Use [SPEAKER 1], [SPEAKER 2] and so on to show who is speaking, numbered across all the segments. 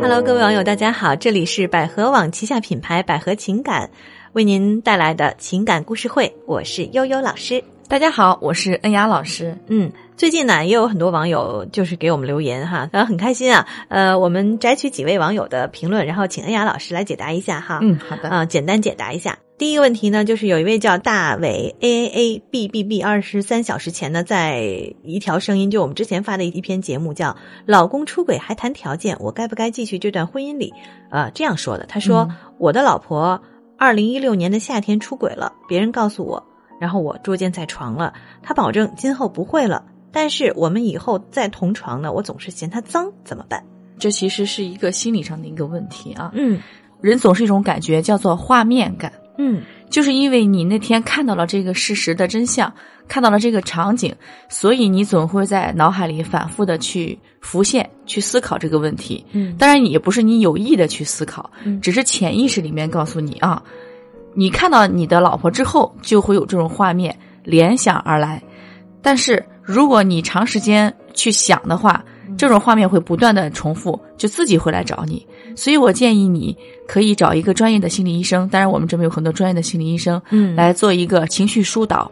[SPEAKER 1] Hello，各位网友，大家好，这里是百合网旗下品牌百合情感为您带来的情感故事会，我是悠悠老师。
[SPEAKER 2] 大家好，我是恩雅老师。
[SPEAKER 1] 嗯，最近呢也有很多网友就是给我们留言哈，然后很开心啊。呃，我们摘取几位网友的评论，然后请恩雅老师来解答一下哈。
[SPEAKER 2] 嗯，好的。
[SPEAKER 1] 啊、简单解答一下。第一个问题呢，就是有一位叫大伟 A A A B B B 二十三小时前呢，在一条声音，就我们之前发的一篇节目叫《老公出轨还谈条件，我该不该继续这段婚姻里》呃这样说的。他说：“我的老婆二零一六年的夏天出轨了，别人告诉我，然后我捉奸在床了。她保证今后不会了，但是我们以后再同床呢，我总是嫌她脏，怎么办
[SPEAKER 2] 这其实是一个心理上的一个问题啊？”。
[SPEAKER 1] 嗯
[SPEAKER 2] 人总是一种感觉，叫做画面感，
[SPEAKER 1] 嗯
[SPEAKER 2] 就是因为你那天看到了这个事实的真相，看到了这个场景，所以你总会在脑海里反复的去浮现、去思考这个问题。
[SPEAKER 1] 嗯
[SPEAKER 2] 当然，也不是你有意的去思考，
[SPEAKER 1] 嗯
[SPEAKER 2] 只是潜意识里面告诉你啊，你看到你的老婆之后，就会有这种画面联想而来。但是如果你长时间去想的话，这种画面会不断的重复，就自己会来找你。所以我建议你可以找一个专业的心理医生，当然我们这边有很多专业的心理医生
[SPEAKER 1] 嗯
[SPEAKER 2] 来做一个情绪疏导，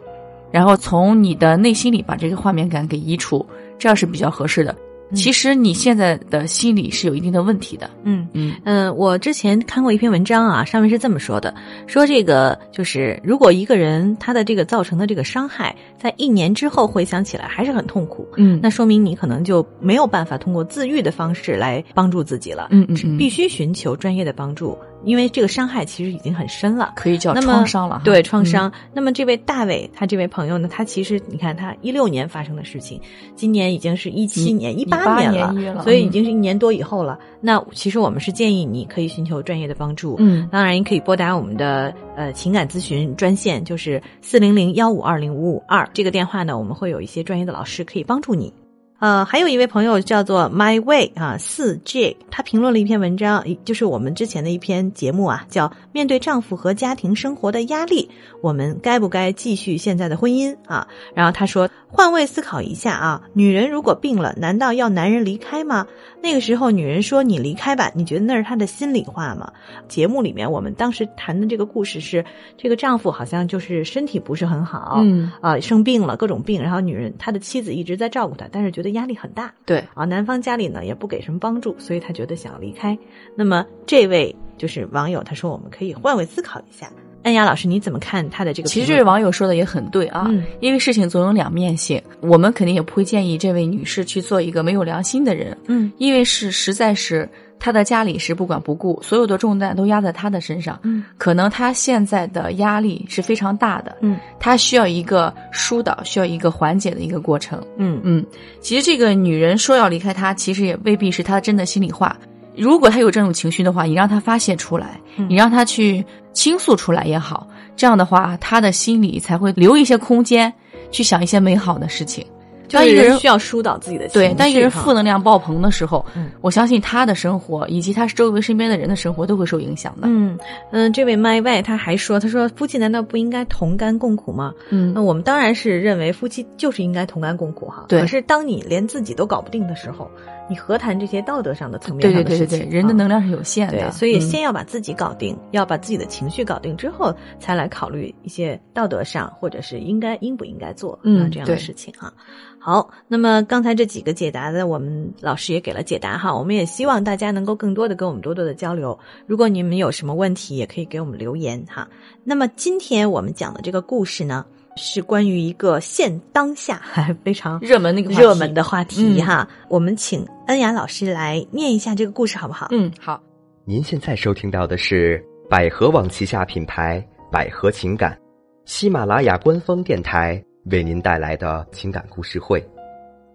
[SPEAKER 2] 然后从你的内心里把这个画面感给移除，这样是比较合适的。
[SPEAKER 1] 嗯
[SPEAKER 2] 其实你现在的心理是有一定的问题的，
[SPEAKER 1] 嗯。
[SPEAKER 2] 嗯
[SPEAKER 1] 嗯，我之前看过一篇文章啊，上面是这么说的：说这个就是，如果一个人他的这个造成的这个伤害，在一年之后回想起来还是很痛苦，
[SPEAKER 2] 嗯
[SPEAKER 1] 那说明你可能就没有办法通过自愈的方式来帮助自己了，
[SPEAKER 2] 嗯嗯嗯
[SPEAKER 1] 必须寻求专业的帮助，因为这个伤害其实已经很深了。
[SPEAKER 2] 可以叫
[SPEAKER 1] 那么
[SPEAKER 2] 创伤了哈，嗯
[SPEAKER 1] 对创伤。那么这位大伟，他这位朋友呢，他其实你看，他一六年发生的事情，今年已经是一七年、一八
[SPEAKER 2] 18
[SPEAKER 1] 年
[SPEAKER 2] 年一月了
[SPEAKER 1] 所以已
[SPEAKER 2] 嗯
[SPEAKER 1] 经是一年多以后了。那其实我们是建议你可以寻求专业的帮助。
[SPEAKER 2] 嗯，
[SPEAKER 1] 当然，也可以拨打我们的呃情感咨询专线，就是四零零幺五二零五五二这个电话呢，我们会有一些专业的老师可以帮助你。呃，还有一位朋友叫做 My Way 啊，四 G，他评论了一篇文章，就是我们之前的一篇节目啊，叫《面对丈夫和家庭生活的压力，我们该不该继续现在的婚姻》啊。然后他说，换位思考一下啊，女人如果病了，难道要男人离开吗？那个时候，女人说你离开吧，你觉得那是她的心里话吗？节目里面我们当时谈的这个故事是，这个丈夫好像就是身体不是很好，
[SPEAKER 2] 嗯
[SPEAKER 1] 啊，生病了，各种病，然后女人她的妻子一直在照顾她，但是觉得压力很大
[SPEAKER 2] 对，
[SPEAKER 1] 啊。男方家里呢也不给什么帮助，所以她觉得想要离开。那么这位就是网友，他说我们可以换位思考一下。安雅老师，你怎么看他的这个
[SPEAKER 2] 其
[SPEAKER 1] 评论？
[SPEAKER 2] 实这位网友说的也很对啊，
[SPEAKER 1] 嗯
[SPEAKER 2] 因为事情总有两面性，我们肯定也不会建议这位女士去做一个没有良心的人，
[SPEAKER 1] 嗯
[SPEAKER 2] 因为是实在是她的家里是不管不顾，所有的重担都压在她的身上，
[SPEAKER 1] 嗯
[SPEAKER 2] 可能她现在的压力是非常大的，
[SPEAKER 1] 嗯
[SPEAKER 2] 她需要一个疏导，需要一个缓解的一个过程。
[SPEAKER 1] 嗯
[SPEAKER 2] 嗯，其实这个女人说要离开他，其实也未必是她真的心里话。如果她有这种情绪的话，你让她发泄出来，
[SPEAKER 1] 嗯
[SPEAKER 2] 你让她去倾诉出来也好，这样的话，她的心里才会留一些空间去想一些美好的事情。
[SPEAKER 1] 就是
[SPEAKER 2] 当一个
[SPEAKER 1] 人
[SPEAKER 2] 人
[SPEAKER 1] 需要疏导自己的情绪
[SPEAKER 2] 对，当一个人
[SPEAKER 1] 哈
[SPEAKER 2] 负能量爆棚的时候，
[SPEAKER 1] 嗯
[SPEAKER 2] 我相信她的生活以及她周围身边的人的生活都会受影响的。
[SPEAKER 1] 嗯嗯，这位 My Way 他还说，他说夫妻难道不应该同甘共苦吗？那
[SPEAKER 2] 嗯
[SPEAKER 1] 我们当然是认为夫妻就是应该同甘共苦哈。
[SPEAKER 2] 对
[SPEAKER 1] 可是当你连自己都搞不定的时候，你何谈这些道德上的层面
[SPEAKER 2] 对
[SPEAKER 1] 上
[SPEAKER 2] 对
[SPEAKER 1] 的
[SPEAKER 2] 对
[SPEAKER 1] 事
[SPEAKER 2] 对
[SPEAKER 1] 情？
[SPEAKER 2] 对，人的
[SPEAKER 1] 啊
[SPEAKER 2] 能量是有限的，
[SPEAKER 1] 对，所以
[SPEAKER 2] 嗯
[SPEAKER 1] 先要把自己搞定，要把自己的情绪搞定之后，才来考虑一些道德上或者是应该应不应该做
[SPEAKER 2] 嗯
[SPEAKER 1] 啊这样的
[SPEAKER 2] 对
[SPEAKER 1] 事情哈。好，那么刚才这几个解答的，我们老师也给了解答哈。我们也希望大家能够更多的跟我们多多的交流。如果你们有什么问题，也可以给我们留言哈。那么今天我们讲的这个故事呢，是关于一个现当下 还非常
[SPEAKER 2] 热门那个话
[SPEAKER 1] 嗯
[SPEAKER 2] 题
[SPEAKER 1] 热门的话题
[SPEAKER 2] 嗯
[SPEAKER 1] 哈。我们请恩雅老师来念一下这个故事好不好？
[SPEAKER 2] 嗯好，
[SPEAKER 3] 您现在收听到的是百合网旗下品牌百合情感，喜马拉雅官方电台为您带来的情感故事会，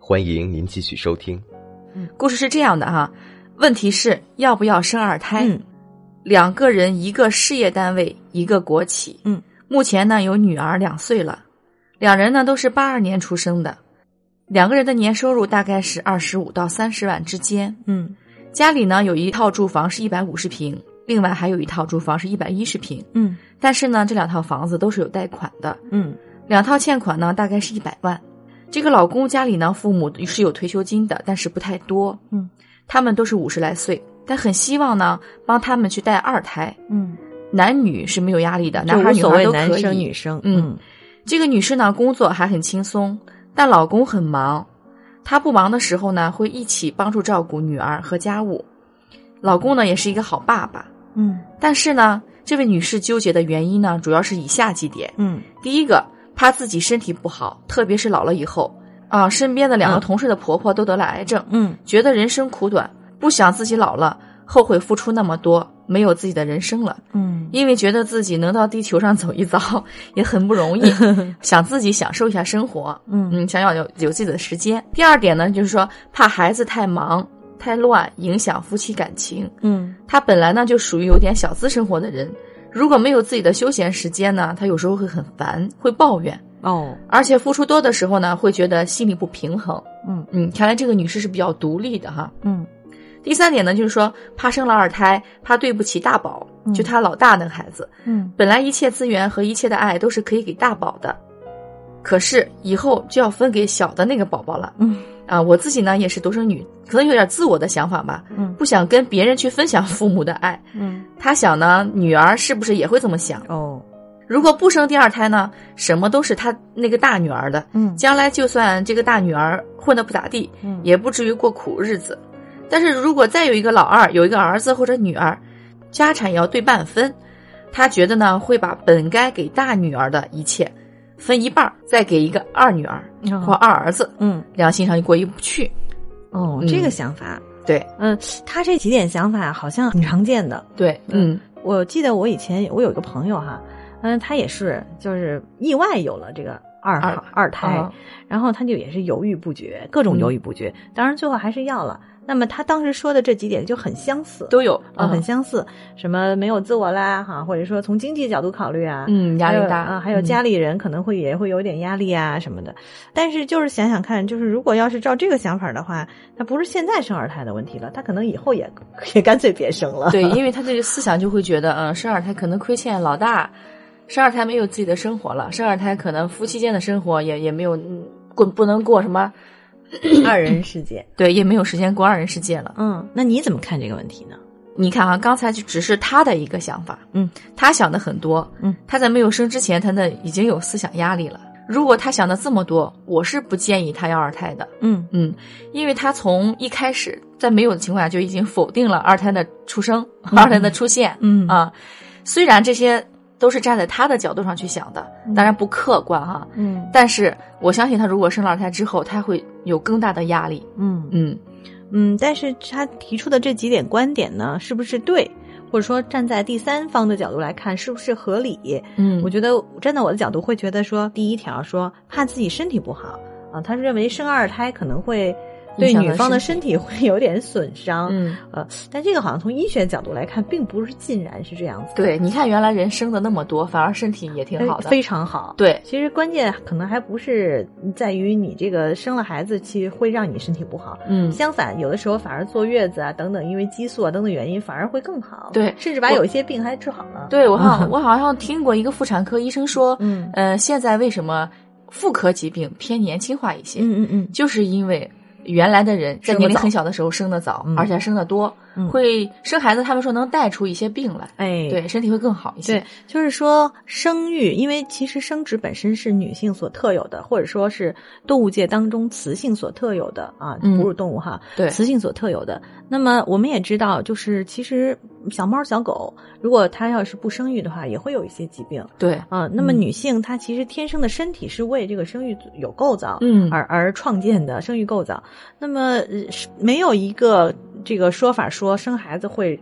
[SPEAKER 3] 欢迎您继续收听。
[SPEAKER 2] 故事是这样的哈、问题是要不要生二胎？
[SPEAKER 1] 嗯
[SPEAKER 2] 两个人，一个事业单位，一个国企。
[SPEAKER 1] 嗯，
[SPEAKER 2] 目前呢有女儿两岁了，两人呢都是八二年出生的，两个人的年收入大概是二十五到三十万之间。
[SPEAKER 1] 嗯
[SPEAKER 2] 家里呢有一套住房是一百五十平，另外还有一套住房是一百一十平，
[SPEAKER 1] 嗯
[SPEAKER 2] 但是呢这两套房子都是有贷款的，
[SPEAKER 1] 嗯
[SPEAKER 2] 两套欠款呢大概是一百万。这个老公家里呢，父母是有退休金的，但是不太多。
[SPEAKER 1] 嗯，
[SPEAKER 2] 他们都是五十来岁，但很希望呢帮他们去带二胎，
[SPEAKER 1] 嗯，
[SPEAKER 2] 男女是没有压力的，
[SPEAKER 1] 就
[SPEAKER 2] 男孩
[SPEAKER 1] 无
[SPEAKER 2] 女
[SPEAKER 1] 所
[SPEAKER 2] 孩
[SPEAKER 1] 谓
[SPEAKER 2] 都可以。
[SPEAKER 1] 男生女生，
[SPEAKER 2] 嗯这个女士呢，工作还很轻松，但老公很忙。她不忙的时候呢，会一起帮助照顾女儿和家务。老公呢，也是一个好爸爸。
[SPEAKER 1] 嗯
[SPEAKER 2] 但是呢，这位女士纠结的原因呢，主要是以下几点：
[SPEAKER 1] 嗯
[SPEAKER 2] 第一个，怕自己身体不好，特别是老了以后啊，身边的两个
[SPEAKER 1] 嗯
[SPEAKER 2] 同事的婆婆都得了癌症，
[SPEAKER 1] 嗯
[SPEAKER 2] 觉得人生苦短，不想自己老了后悔付出那么多，没有自己的人生了。
[SPEAKER 1] 嗯
[SPEAKER 2] 因为觉得自己能到地球上走一遭 也很不容易，想自己享受一下生活，
[SPEAKER 1] 嗯
[SPEAKER 2] 嗯，想要有有自己的时间。第二点呢，就是说怕孩子太忙太乱，影响夫妻感情。
[SPEAKER 1] 嗯
[SPEAKER 2] 他本来呢就属于有点小资生活的人，如果没有自己的休闲时间呢，他有时候会很烦，会抱怨，
[SPEAKER 1] 哦
[SPEAKER 2] 而且付出多的时候呢，会觉得心里不平衡。
[SPEAKER 1] 嗯
[SPEAKER 2] 嗯，看来这个女士是比较独立的哈。
[SPEAKER 1] 嗯
[SPEAKER 2] 第三点呢，就是说怕生了二胎，怕对不起大宝，
[SPEAKER 1] 嗯
[SPEAKER 2] 就她老大那个孩子。
[SPEAKER 1] 嗯
[SPEAKER 2] 本来一切资源和一切的爱都是可以给大宝的，可是以后就要分给小的那个宝宝了
[SPEAKER 1] 嗯
[SPEAKER 2] 啊！我自己呢也是独生女，可能有点自我的想法吧，
[SPEAKER 1] 嗯
[SPEAKER 2] 不想跟别人去分享父母的爱。
[SPEAKER 1] 嗯
[SPEAKER 2] 她想呢，女儿是不是也会这么想？
[SPEAKER 1] 哦
[SPEAKER 2] 如果不生第二胎呢，什么都是她那个大女儿的，
[SPEAKER 1] 嗯
[SPEAKER 2] 将来就算这个大女儿混得不咋地，
[SPEAKER 1] 嗯
[SPEAKER 2] 也不至于过苦日子。但是如果再有一个老二，有一个儿子或者女儿，家产也要对半分。他觉得呢，会把本该给大女儿的一切分一半儿，再给一个二女儿
[SPEAKER 1] 哦
[SPEAKER 2] 或二儿子，
[SPEAKER 1] 嗯
[SPEAKER 2] 良心上就过意不去。
[SPEAKER 1] 哦
[SPEAKER 2] 嗯
[SPEAKER 1] 这个想法，
[SPEAKER 2] 对
[SPEAKER 1] 嗯，他这几点想法好像挺常见的。
[SPEAKER 2] 对，嗯
[SPEAKER 1] 我记得我以前我有一个朋友哈，嗯，他也是就是意外有了这个二嗯
[SPEAKER 2] 二
[SPEAKER 1] 号二胎，
[SPEAKER 2] 啊
[SPEAKER 1] 然后他就也是犹豫不决，各种犹豫不决，当然最后还是要了。那么他当时说的这几点就很相似，
[SPEAKER 2] 都有
[SPEAKER 1] 啊、很
[SPEAKER 2] 嗯
[SPEAKER 1] 相似，什么没有自我啦，哈，或者说从经济角度考虑啊，
[SPEAKER 2] 嗯压
[SPEAKER 1] 还有
[SPEAKER 2] 力大
[SPEAKER 1] 啊，还有家里人可能会也会有点压力啊什么的。但是就是想想看，就是如果要是照这个想法的话，那不是现在生二胎的问题了，他可能以后也 也干脆别生了。
[SPEAKER 2] 对，因为他这个思想就会觉得，嗯，生二胎可能亏欠老大，生二胎没有自己的生活了，生二胎可能夫妻间的生活也也没有嗯过不能过 什么，
[SPEAKER 1] 二人世界，
[SPEAKER 2] 对，也没有时间过二人世界了。
[SPEAKER 1] 嗯，那你怎么看这个问题呢？
[SPEAKER 2] 你看啊，刚才就只是他的一个想法，
[SPEAKER 1] 嗯，
[SPEAKER 2] 他想的很多，
[SPEAKER 1] 嗯，
[SPEAKER 2] 他在没有生之前，他的已经有思想压力了。如果他想的这么多，我是不建议他要二胎的，
[SPEAKER 1] 嗯
[SPEAKER 2] 嗯，因为他从一开始在没有的情况下就已经否定了二胎的出生、二胎的出现，
[SPEAKER 1] 嗯
[SPEAKER 2] 啊，虽然这些都是站在他的角度上去想的，当然不客观哈、
[SPEAKER 1] 嗯
[SPEAKER 2] 但是我相信他如果生了二胎之后，他会有更大的压力，
[SPEAKER 1] 嗯
[SPEAKER 2] 嗯，
[SPEAKER 1] 嗯，但是他提出的这几点观点呢，是不是对？或者说站在第三方的角度来看，是不是合理？
[SPEAKER 2] 嗯
[SPEAKER 1] 我觉得站在我的角度会觉得说，第一条说怕自己身体不好啊，他是认为生二胎可能会对
[SPEAKER 2] 影响
[SPEAKER 1] 女
[SPEAKER 2] 到
[SPEAKER 1] 方的身
[SPEAKER 2] 身
[SPEAKER 1] 体会有点损伤，
[SPEAKER 2] 嗯。
[SPEAKER 1] 呃，但这个好像从医学角度来看，并不是尽然是这样子的，
[SPEAKER 2] 对，你看原来人生的那么多，反而身体也挺好
[SPEAKER 1] 哎
[SPEAKER 2] 的。
[SPEAKER 1] 非常好。
[SPEAKER 2] 对，
[SPEAKER 1] 其实关键可能还不是在于你这个生了孩子，其实会让你身体不好。
[SPEAKER 2] 嗯，
[SPEAKER 1] 相反，有的时候反而坐月子啊等等，因为激素啊等等原因，反而会更好。
[SPEAKER 2] 对
[SPEAKER 1] 甚至把
[SPEAKER 2] 我
[SPEAKER 1] 有一些病还治好了。，
[SPEAKER 2] 对我 好像我好像听过一个妇产科医生说，
[SPEAKER 1] 嗯
[SPEAKER 2] 呃，现在为什么妇科疾病偏年轻化一些，
[SPEAKER 1] 嗯嗯嗯，
[SPEAKER 2] 就是因为。原来的人
[SPEAKER 1] 生
[SPEAKER 2] 在
[SPEAKER 1] 得
[SPEAKER 2] 年龄
[SPEAKER 1] 早
[SPEAKER 2] 很小的时候生得早，
[SPEAKER 1] 嗯
[SPEAKER 2] 而且还生得多，
[SPEAKER 1] 嗯
[SPEAKER 2] 会生孩子，他们说能带出一些病来，
[SPEAKER 1] 哎，
[SPEAKER 2] 对身体会更好一些
[SPEAKER 1] 对。，就是说生育，因为其实生殖本身是女性所特有的，或者说是动物界当中雌性所特有的啊，
[SPEAKER 2] 嗯
[SPEAKER 1] 哺乳动物哈，
[SPEAKER 2] 对
[SPEAKER 1] 雌性所特有的。那么我们也知道，就是其实小猫小狗，如果它要是不生育的话，也会有一些疾病。
[SPEAKER 2] 对，
[SPEAKER 1] 啊，那么
[SPEAKER 2] 嗯
[SPEAKER 1] 女性她其实天生的身体是为这个生育有构造，
[SPEAKER 2] 嗯
[SPEAKER 1] 而而创建的生育构造。那么呃是没有一个这个说法说生孩子会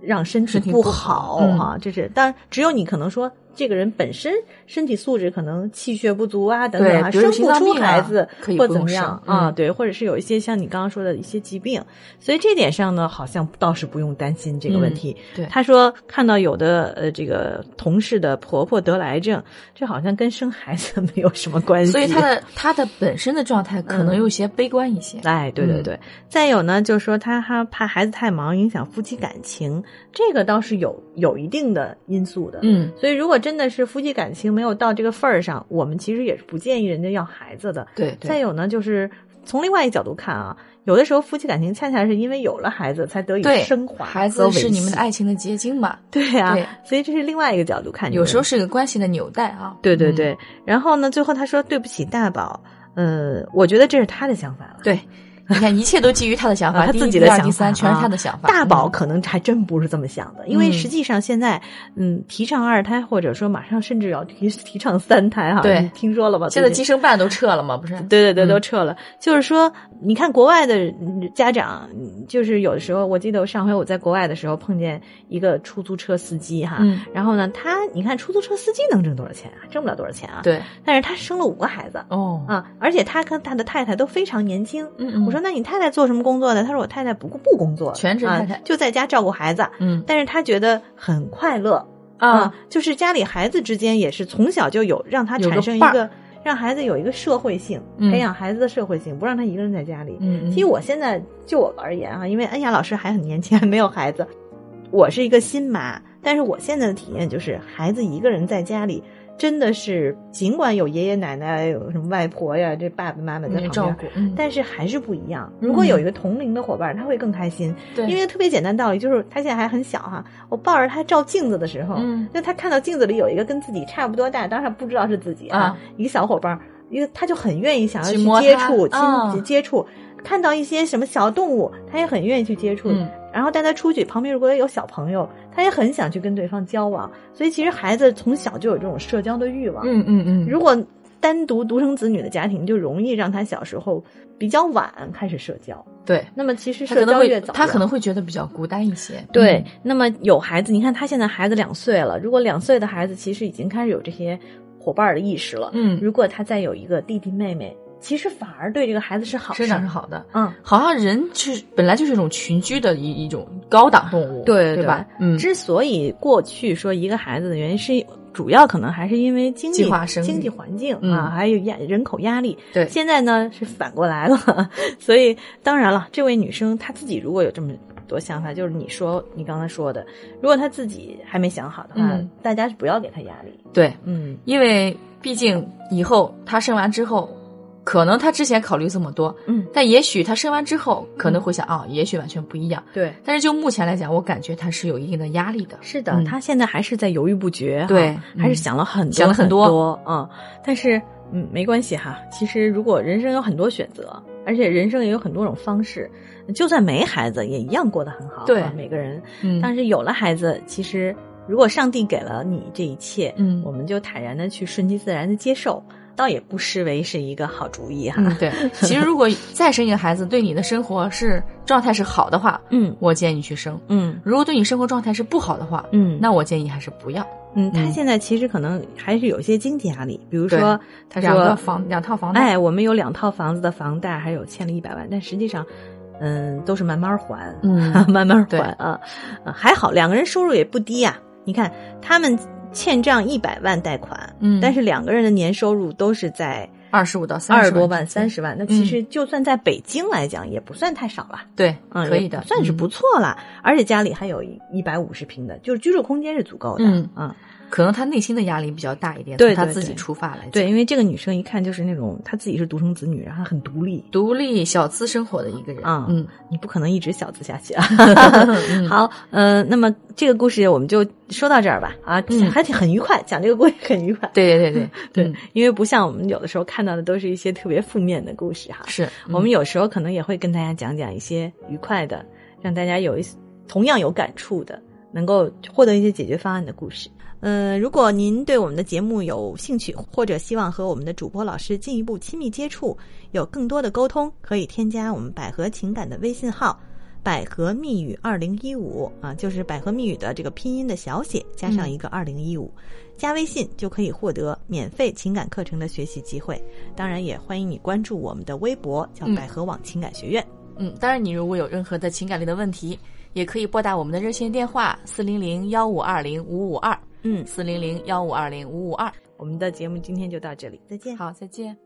[SPEAKER 1] 让身体
[SPEAKER 2] 身体
[SPEAKER 1] 不
[SPEAKER 2] 不好
[SPEAKER 1] 好
[SPEAKER 2] 嗯
[SPEAKER 1] 哈、这是但只有你可能说这个人本身身体素质可能气血不足啊等等
[SPEAKER 2] 对
[SPEAKER 1] 啊，
[SPEAKER 2] 比如
[SPEAKER 1] 生
[SPEAKER 2] 心
[SPEAKER 1] 不
[SPEAKER 2] 脏
[SPEAKER 1] 出
[SPEAKER 2] 病啊
[SPEAKER 1] 孩子、
[SPEAKER 2] 可以
[SPEAKER 1] 或
[SPEAKER 2] 不
[SPEAKER 1] 怎
[SPEAKER 2] 用
[SPEAKER 1] 么样
[SPEAKER 2] 生
[SPEAKER 1] 啊，
[SPEAKER 2] 嗯
[SPEAKER 1] 对，或者是有一些像你刚刚说的一些疾病，所以这点上呢，好像倒是不用担心这个问
[SPEAKER 2] 嗯
[SPEAKER 1] 题。
[SPEAKER 2] 对
[SPEAKER 1] 他说看到有的呃这个同事的婆婆得了癌症，这好像跟生孩子 没有什么关系。
[SPEAKER 2] 所以他的他的本身的状态可能有些悲观一些。
[SPEAKER 1] 哎，对对
[SPEAKER 2] 嗯
[SPEAKER 1] 对，再有呢，就是说他还怕孩子太忙影响夫妻感情，这个倒是有有一定的因素的。
[SPEAKER 2] 嗯，
[SPEAKER 1] 所以，如果真的是夫妻感情没有到这个份儿上，我们其实也是不建议人家要孩子的。
[SPEAKER 2] 对，对
[SPEAKER 1] 再有呢，就是从另外一角度看啊，有的时候夫妻感情恰恰是因为有了孩子才得以
[SPEAKER 2] 对
[SPEAKER 1] 升华，
[SPEAKER 2] 孩子是你们的，爱情的结晶嘛，
[SPEAKER 1] 对啊，
[SPEAKER 2] 对
[SPEAKER 1] 所以这是另外一个角度看这个
[SPEAKER 2] 有
[SPEAKER 1] 问题。
[SPEAKER 2] 时候是个关系的纽带啊。
[SPEAKER 1] 对对
[SPEAKER 2] 嗯
[SPEAKER 1] 对，然后呢，最后他说对不起大宝，呃，我觉得这是他的想法了。
[SPEAKER 2] 对，你看一切都基于他的想
[SPEAKER 1] 啊
[SPEAKER 2] 法，
[SPEAKER 1] 他
[SPEAKER 2] 第一
[SPEAKER 1] 自己
[SPEAKER 2] 第
[SPEAKER 1] 的
[SPEAKER 2] 二
[SPEAKER 1] 想
[SPEAKER 2] 第
[SPEAKER 1] 法
[SPEAKER 2] 三全是
[SPEAKER 1] 啊
[SPEAKER 2] 他的想法。
[SPEAKER 1] 大宝
[SPEAKER 2] 嗯
[SPEAKER 1] 可能还真不是这么想的，因为
[SPEAKER 2] 嗯
[SPEAKER 1] 实际上现在，嗯，提倡二胎或者说马上甚至要提提倡三胎哈，
[SPEAKER 2] 对
[SPEAKER 1] 你听说了吧？
[SPEAKER 2] 现在
[SPEAKER 1] 最近
[SPEAKER 2] 计生办都撤了嘛，不是？
[SPEAKER 1] 对对对，
[SPEAKER 2] 嗯
[SPEAKER 1] 都撤了。就是说，你看国外的嗯家长，嗯就是有的时候，我记得我上回我在国外的时候碰见一个出租车司机哈，
[SPEAKER 2] 嗯，
[SPEAKER 1] 然后呢，他你看出租车司机能挣多少钱啊？挣不了多少钱啊。，
[SPEAKER 2] 对，
[SPEAKER 1] 但是他生了五个孩子
[SPEAKER 2] 哦，
[SPEAKER 1] 啊，而且他跟他的太太都非常年轻。
[SPEAKER 2] 嗯嗯，
[SPEAKER 1] 我说，那你太太做什么工作的？他说我太太不不工作，
[SPEAKER 2] 全职太太
[SPEAKER 1] 啊，就在家照顾孩子，
[SPEAKER 2] 嗯
[SPEAKER 1] 但是他觉得很快乐
[SPEAKER 2] 啊，，
[SPEAKER 1] 就是家里孩子之间也是从小就有让他
[SPEAKER 2] 有个
[SPEAKER 1] 产生一
[SPEAKER 2] 伴儿
[SPEAKER 1] 个让孩子有一个社会性，
[SPEAKER 2] 嗯
[SPEAKER 1] 培养孩子的社会性，不让他一个人在家里。
[SPEAKER 2] 嗯，
[SPEAKER 1] 其实我现在就我而言啊，因为恩雅老师还很年轻，还没有孩子，我是一个新妈，但是我现在的体验就是，孩子一个人在家里。真的是，尽管有爷爷奶奶、有什么外婆呀，这爸爸妈妈在
[SPEAKER 2] 你照
[SPEAKER 1] 旁边，
[SPEAKER 2] 顾，嗯，
[SPEAKER 1] 但是还是不一样。如果有一个同龄的伙伴，他会更开心。
[SPEAKER 2] 对，
[SPEAKER 1] 因为特别简单道理就是，他现在还很小哈、我抱着他照镜子的时候，
[SPEAKER 2] 嗯
[SPEAKER 1] 就他看到镜子里有一个跟自己差不多大，当然不知道是自己
[SPEAKER 2] 啊
[SPEAKER 1] 一个小伙伴儿，因为他就很愿意想要
[SPEAKER 2] 去
[SPEAKER 1] 去
[SPEAKER 2] 摸
[SPEAKER 1] 接
[SPEAKER 2] 它
[SPEAKER 1] 触、亲
[SPEAKER 2] 啊
[SPEAKER 1] 接触，看到一些什么小动物，他也很愿意去接触。
[SPEAKER 2] 嗯
[SPEAKER 1] 然后带他出去，旁边如果有小朋友，他也很想去跟对方交往。所以其实孩子从小就有这种社交的欲望。
[SPEAKER 2] 嗯嗯嗯，
[SPEAKER 1] 如果单独独生子女的家庭，就容易让他小时候比较晚开始社交。
[SPEAKER 2] 对。
[SPEAKER 1] 那么其实
[SPEAKER 2] 他可
[SPEAKER 1] 社
[SPEAKER 2] 能
[SPEAKER 1] 交
[SPEAKER 2] 会，
[SPEAKER 1] 越嗯早，
[SPEAKER 2] 他可能会觉得比较孤单一些。
[SPEAKER 1] 对，那么有孩子，你看他现在孩子两岁了，如果两岁的孩子其实已经开始有这些伙伴儿的意识了，
[SPEAKER 2] 嗯，嗯，
[SPEAKER 1] 如果他再有一个弟弟妹妹，其实反而对这个孩子是好事
[SPEAKER 2] 生
[SPEAKER 1] 儿。
[SPEAKER 2] 长是好的，
[SPEAKER 1] 嗯，
[SPEAKER 2] 好像人是本来就是一种群居的一一种高档动物，
[SPEAKER 1] 对
[SPEAKER 2] 对吧？嗯，
[SPEAKER 1] 之所以过去说一个孩子的原因是，主要可能还是因为经济
[SPEAKER 2] 计划生育
[SPEAKER 1] 经济环境、
[SPEAKER 2] 嗯
[SPEAKER 1] 啊，还有压人口压力。
[SPEAKER 2] 对
[SPEAKER 1] 现在呢是反过来了， 所以当然了，这位女生她自己如果有这么多想法，就是你说你刚才说的，如果她自己还没想好的话，
[SPEAKER 2] 嗯
[SPEAKER 1] 大家是不要给她压力。
[SPEAKER 2] 对，
[SPEAKER 1] 嗯，
[SPEAKER 2] 因为毕竟以后他生完之后，可能他之前考虑这么多，
[SPEAKER 1] 嗯，
[SPEAKER 2] 但也许他生完之后可能会想啊、也许完全不一样。
[SPEAKER 1] 对，
[SPEAKER 2] 但是就目前来讲，我感觉他是有一定的压力的。
[SPEAKER 1] 是的，
[SPEAKER 2] 嗯
[SPEAKER 1] 她现在还是在犹豫不决哈，
[SPEAKER 2] 对
[SPEAKER 1] 还
[SPEAKER 2] 嗯
[SPEAKER 1] 是想了很多
[SPEAKER 2] 想了很
[SPEAKER 1] 很
[SPEAKER 2] 多
[SPEAKER 1] 嗯，但是嗯，没关系哈。其实如果人生有很多选择，而且人生也有很多种方式，就算没孩子也一样过得很好啊。
[SPEAKER 2] 对
[SPEAKER 1] 每个人，
[SPEAKER 2] 嗯，
[SPEAKER 1] 但是有了孩子，其实如果上帝给了你这一切，
[SPEAKER 2] 嗯
[SPEAKER 1] 我们就坦然的去顺其自然的接受，倒也不失为是一个好主意哈。
[SPEAKER 2] 嗯，对，其实如果再生一个孩子，对你的生活是状态是好的话，
[SPEAKER 1] 嗯
[SPEAKER 2] 我建议去生；
[SPEAKER 1] 嗯
[SPEAKER 2] 如果对你生活状态是不好的话，
[SPEAKER 1] 嗯，
[SPEAKER 2] 那我建议还是不要。
[SPEAKER 1] 嗯，他
[SPEAKER 2] 嗯
[SPEAKER 1] 现在其实可能还是有一些经济压力，比如说
[SPEAKER 2] 对
[SPEAKER 1] 他
[SPEAKER 2] 两个
[SPEAKER 1] 说
[SPEAKER 2] 房两套房贷，
[SPEAKER 1] 哎，我们有两套房子的房贷，还有欠了一百万，但实际上，嗯，都是慢慢还，
[SPEAKER 2] 嗯
[SPEAKER 1] 慢慢
[SPEAKER 2] 对
[SPEAKER 1] 还啊，啊还好两个人收入也不低呀、你看他们欠账一百万贷款，
[SPEAKER 2] 嗯
[SPEAKER 1] 但是两个人的年收入都是在
[SPEAKER 2] 二十五到三
[SPEAKER 1] 二
[SPEAKER 2] 十
[SPEAKER 1] 十多万、嗯三
[SPEAKER 2] 十，
[SPEAKER 1] 十万，那其实就算在北京来讲，也不算太少了。
[SPEAKER 2] 对，
[SPEAKER 1] 嗯，
[SPEAKER 2] 可
[SPEAKER 1] 也
[SPEAKER 2] 以的，
[SPEAKER 1] 算是
[SPEAKER 2] 嗯
[SPEAKER 1] 不错了，而且家里还有一百五十平的，就是居住空间是足够的。
[SPEAKER 2] 嗯
[SPEAKER 1] 啊，
[SPEAKER 2] 可能他内心的压力比较大一点，
[SPEAKER 1] 对
[SPEAKER 2] 从他
[SPEAKER 1] 对
[SPEAKER 2] 自己
[SPEAKER 1] 对
[SPEAKER 2] 出发来讲
[SPEAKER 1] 对，因为这个女生一看就是那种她自己是独生子女，然后很独立，
[SPEAKER 2] 独立小资生活的一个人
[SPEAKER 1] 啊
[SPEAKER 2] 嗯，
[SPEAKER 1] 你不可能一直小资下去啊。
[SPEAKER 2] 嗯
[SPEAKER 1] 好，呃，那么这个故事我们就说到这儿吧。啊，
[SPEAKER 2] 嗯
[SPEAKER 1] 还挺很愉快，讲这个故事很愉快。
[SPEAKER 2] 对对对对嗯
[SPEAKER 1] 对，因为不像我们有的时候看到的都是一些特别负面的故事哈。
[SPEAKER 2] 是嗯
[SPEAKER 1] 我们有时候可能也会跟大家讲讲一些愉快的，让大家有一同样有感触的，能够获得一些解决方案的故事。呃，如果您对我们的节目有兴趣，或者希望和我们的主播老师进一步亲密接触，有更多的沟通，可以添加我们百合情感的微信号“百合密语二零一五”啊，就是百合密语的这个拼音的小写加上一个二零一五，加微信就可以获得免费情感课程的学习机会。当然，也欢迎你关注我们的微博，叫
[SPEAKER 2] 嗯
[SPEAKER 1] 百合网情感学院。
[SPEAKER 2] 嗯，当然你如果有任何的情感类的问题，也可以拨打我们的热线电话四零零幺五二零五五二
[SPEAKER 1] 嗯，
[SPEAKER 2] 四零零幺五二零五五二。
[SPEAKER 1] 我们的节目今天就到这里，再见。
[SPEAKER 2] 好，再见。